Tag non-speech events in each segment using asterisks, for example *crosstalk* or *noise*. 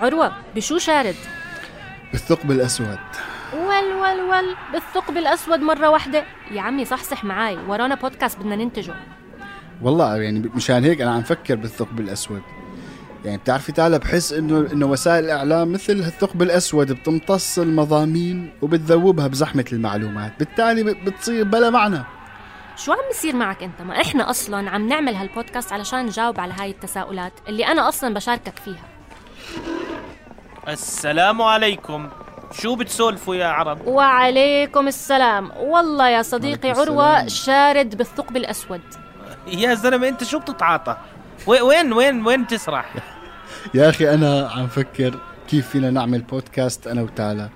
عروة بشو شارد؟ بالثقب الأسود ول ول ول بالثقب الأسود مرة واحدة يا عمي صحصح معاي ورانا بودكاست بدنا ننتجه والله يعني مشان هيك أنا عم فكر بالثقب الأسود يعني بتعرفي تعالى بحس إنه إنه وسائل الإعلام مثل هالثقب الأسود بتمتص المضامين وبتذوبها بزحمة المعلومات بالتالي بت- بتصير بلا معنى شو عم بيصير معك انت؟ ما احنا اصلا عم نعمل هالبودكاست علشان نجاوب على هاي التساؤلات اللي انا اصلا بشاركك فيها السلام عليكم شو بتسولفوا يا عرب *laughs* وعليكم السلام والله يا صديقي وعليكم عروة السلام. شارد بالثقب الأسود يا زلمه انت شو بتتعاطى وي- وين وين وين تسرح *laughs* يا أخي أنا عم فكر كيف فينا نعمل بودكاست أنا وتالا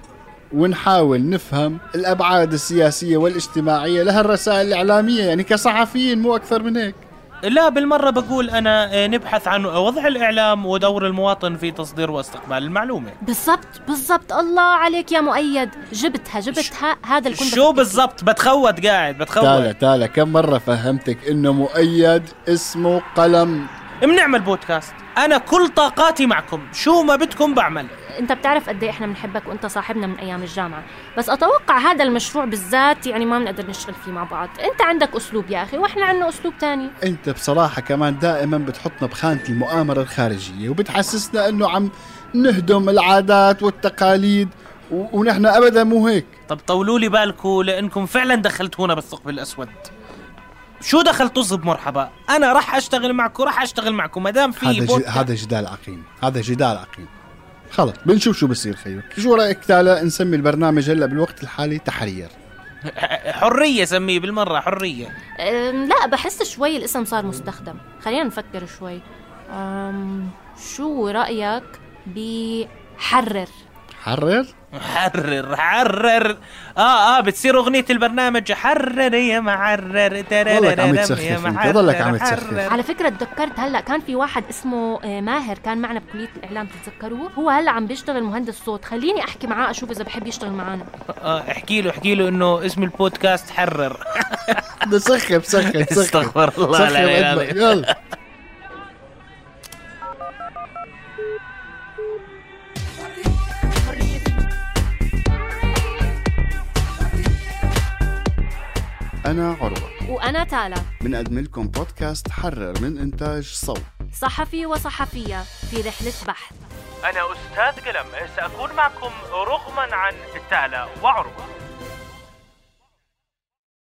ونحاول نفهم الأبعاد السياسية والاجتماعية لهالرسائل الإعلامية يعني كصحفيين مو أكثر من هيك لا بالمره بقول انا آه، نبحث عن وضع الاعلام ودور المواطن في تصدير واستقبال المعلومه بالضبط بالضبط الله عليك يا مؤيد جبتها جبتها هذا الكنت شو بالضبط بتخوت قاعد تالا بتخوت تالا كم مرة فهمتك إنه مؤيد اسمه قلم بنعمل بودكاست انا كل طاقاتي معكم شو ما بدكم بعمل انت بتعرف قد ايه احنا بنحبك وانت صاحبنا من ايام الجامعه بس اتوقع هذا المشروع بالذات يعني ما بنقدر نشتغل فيه مع بعض انت عندك اسلوب يا اخي واحنا عندنا اسلوب تاني انت بصراحة كمان دائما بتحطنا بخانة المؤامرة الخارجية وبتحسسنا انه عم نهدم العادات والتقاليد و- ونحن ابدا مو هيك طب طولوا لي بالكم لانكم فعلا دخلتونا بالثقب الاسود شو دخل طز بمرحبا انا راح اشتغل معكم راح اشتغل معكم ما دام في هذا ج... بودكاست- هذا جدال عقيم هذا جدال عقيم خلص بنشوف شو بصير خيو شو رايك تعالى نسمي البرنامج هلا بالوقت الحالي تحرير حريه سميه بالمره حريه أم لا بحس شوي الاسم صار مستخدم خلينا نفكر شوي أم شو رايك بحرر حرر حرر حرر اه اه بتصير اغنيه البرنامج حرر يا معرر والله عم يا تسخف انت، معرر، والله عم تسخف. حرر. على فكره تذكرت هلا كان في واحد اسمه آه، ماهر كان معنا بكليه الاعلام تتذكروه هو هلا عم بيشتغل مهندس صوت خليني احكي معاه اشوف اذا بحب يشتغل معنا آه احكي له احكي له انه اسم البودكاست حرر سخب *laughs* سخب سخب استغفر الله سخب العلي قد ما- العظيم يلا أنا عروة وانا تالا بنقدم لكم بودكاست حرر من إنتاج صوت صحفي وصحفيه في رحله بحث أنا أستاذ قلم سأكون معكم رغما عن التالة وعروة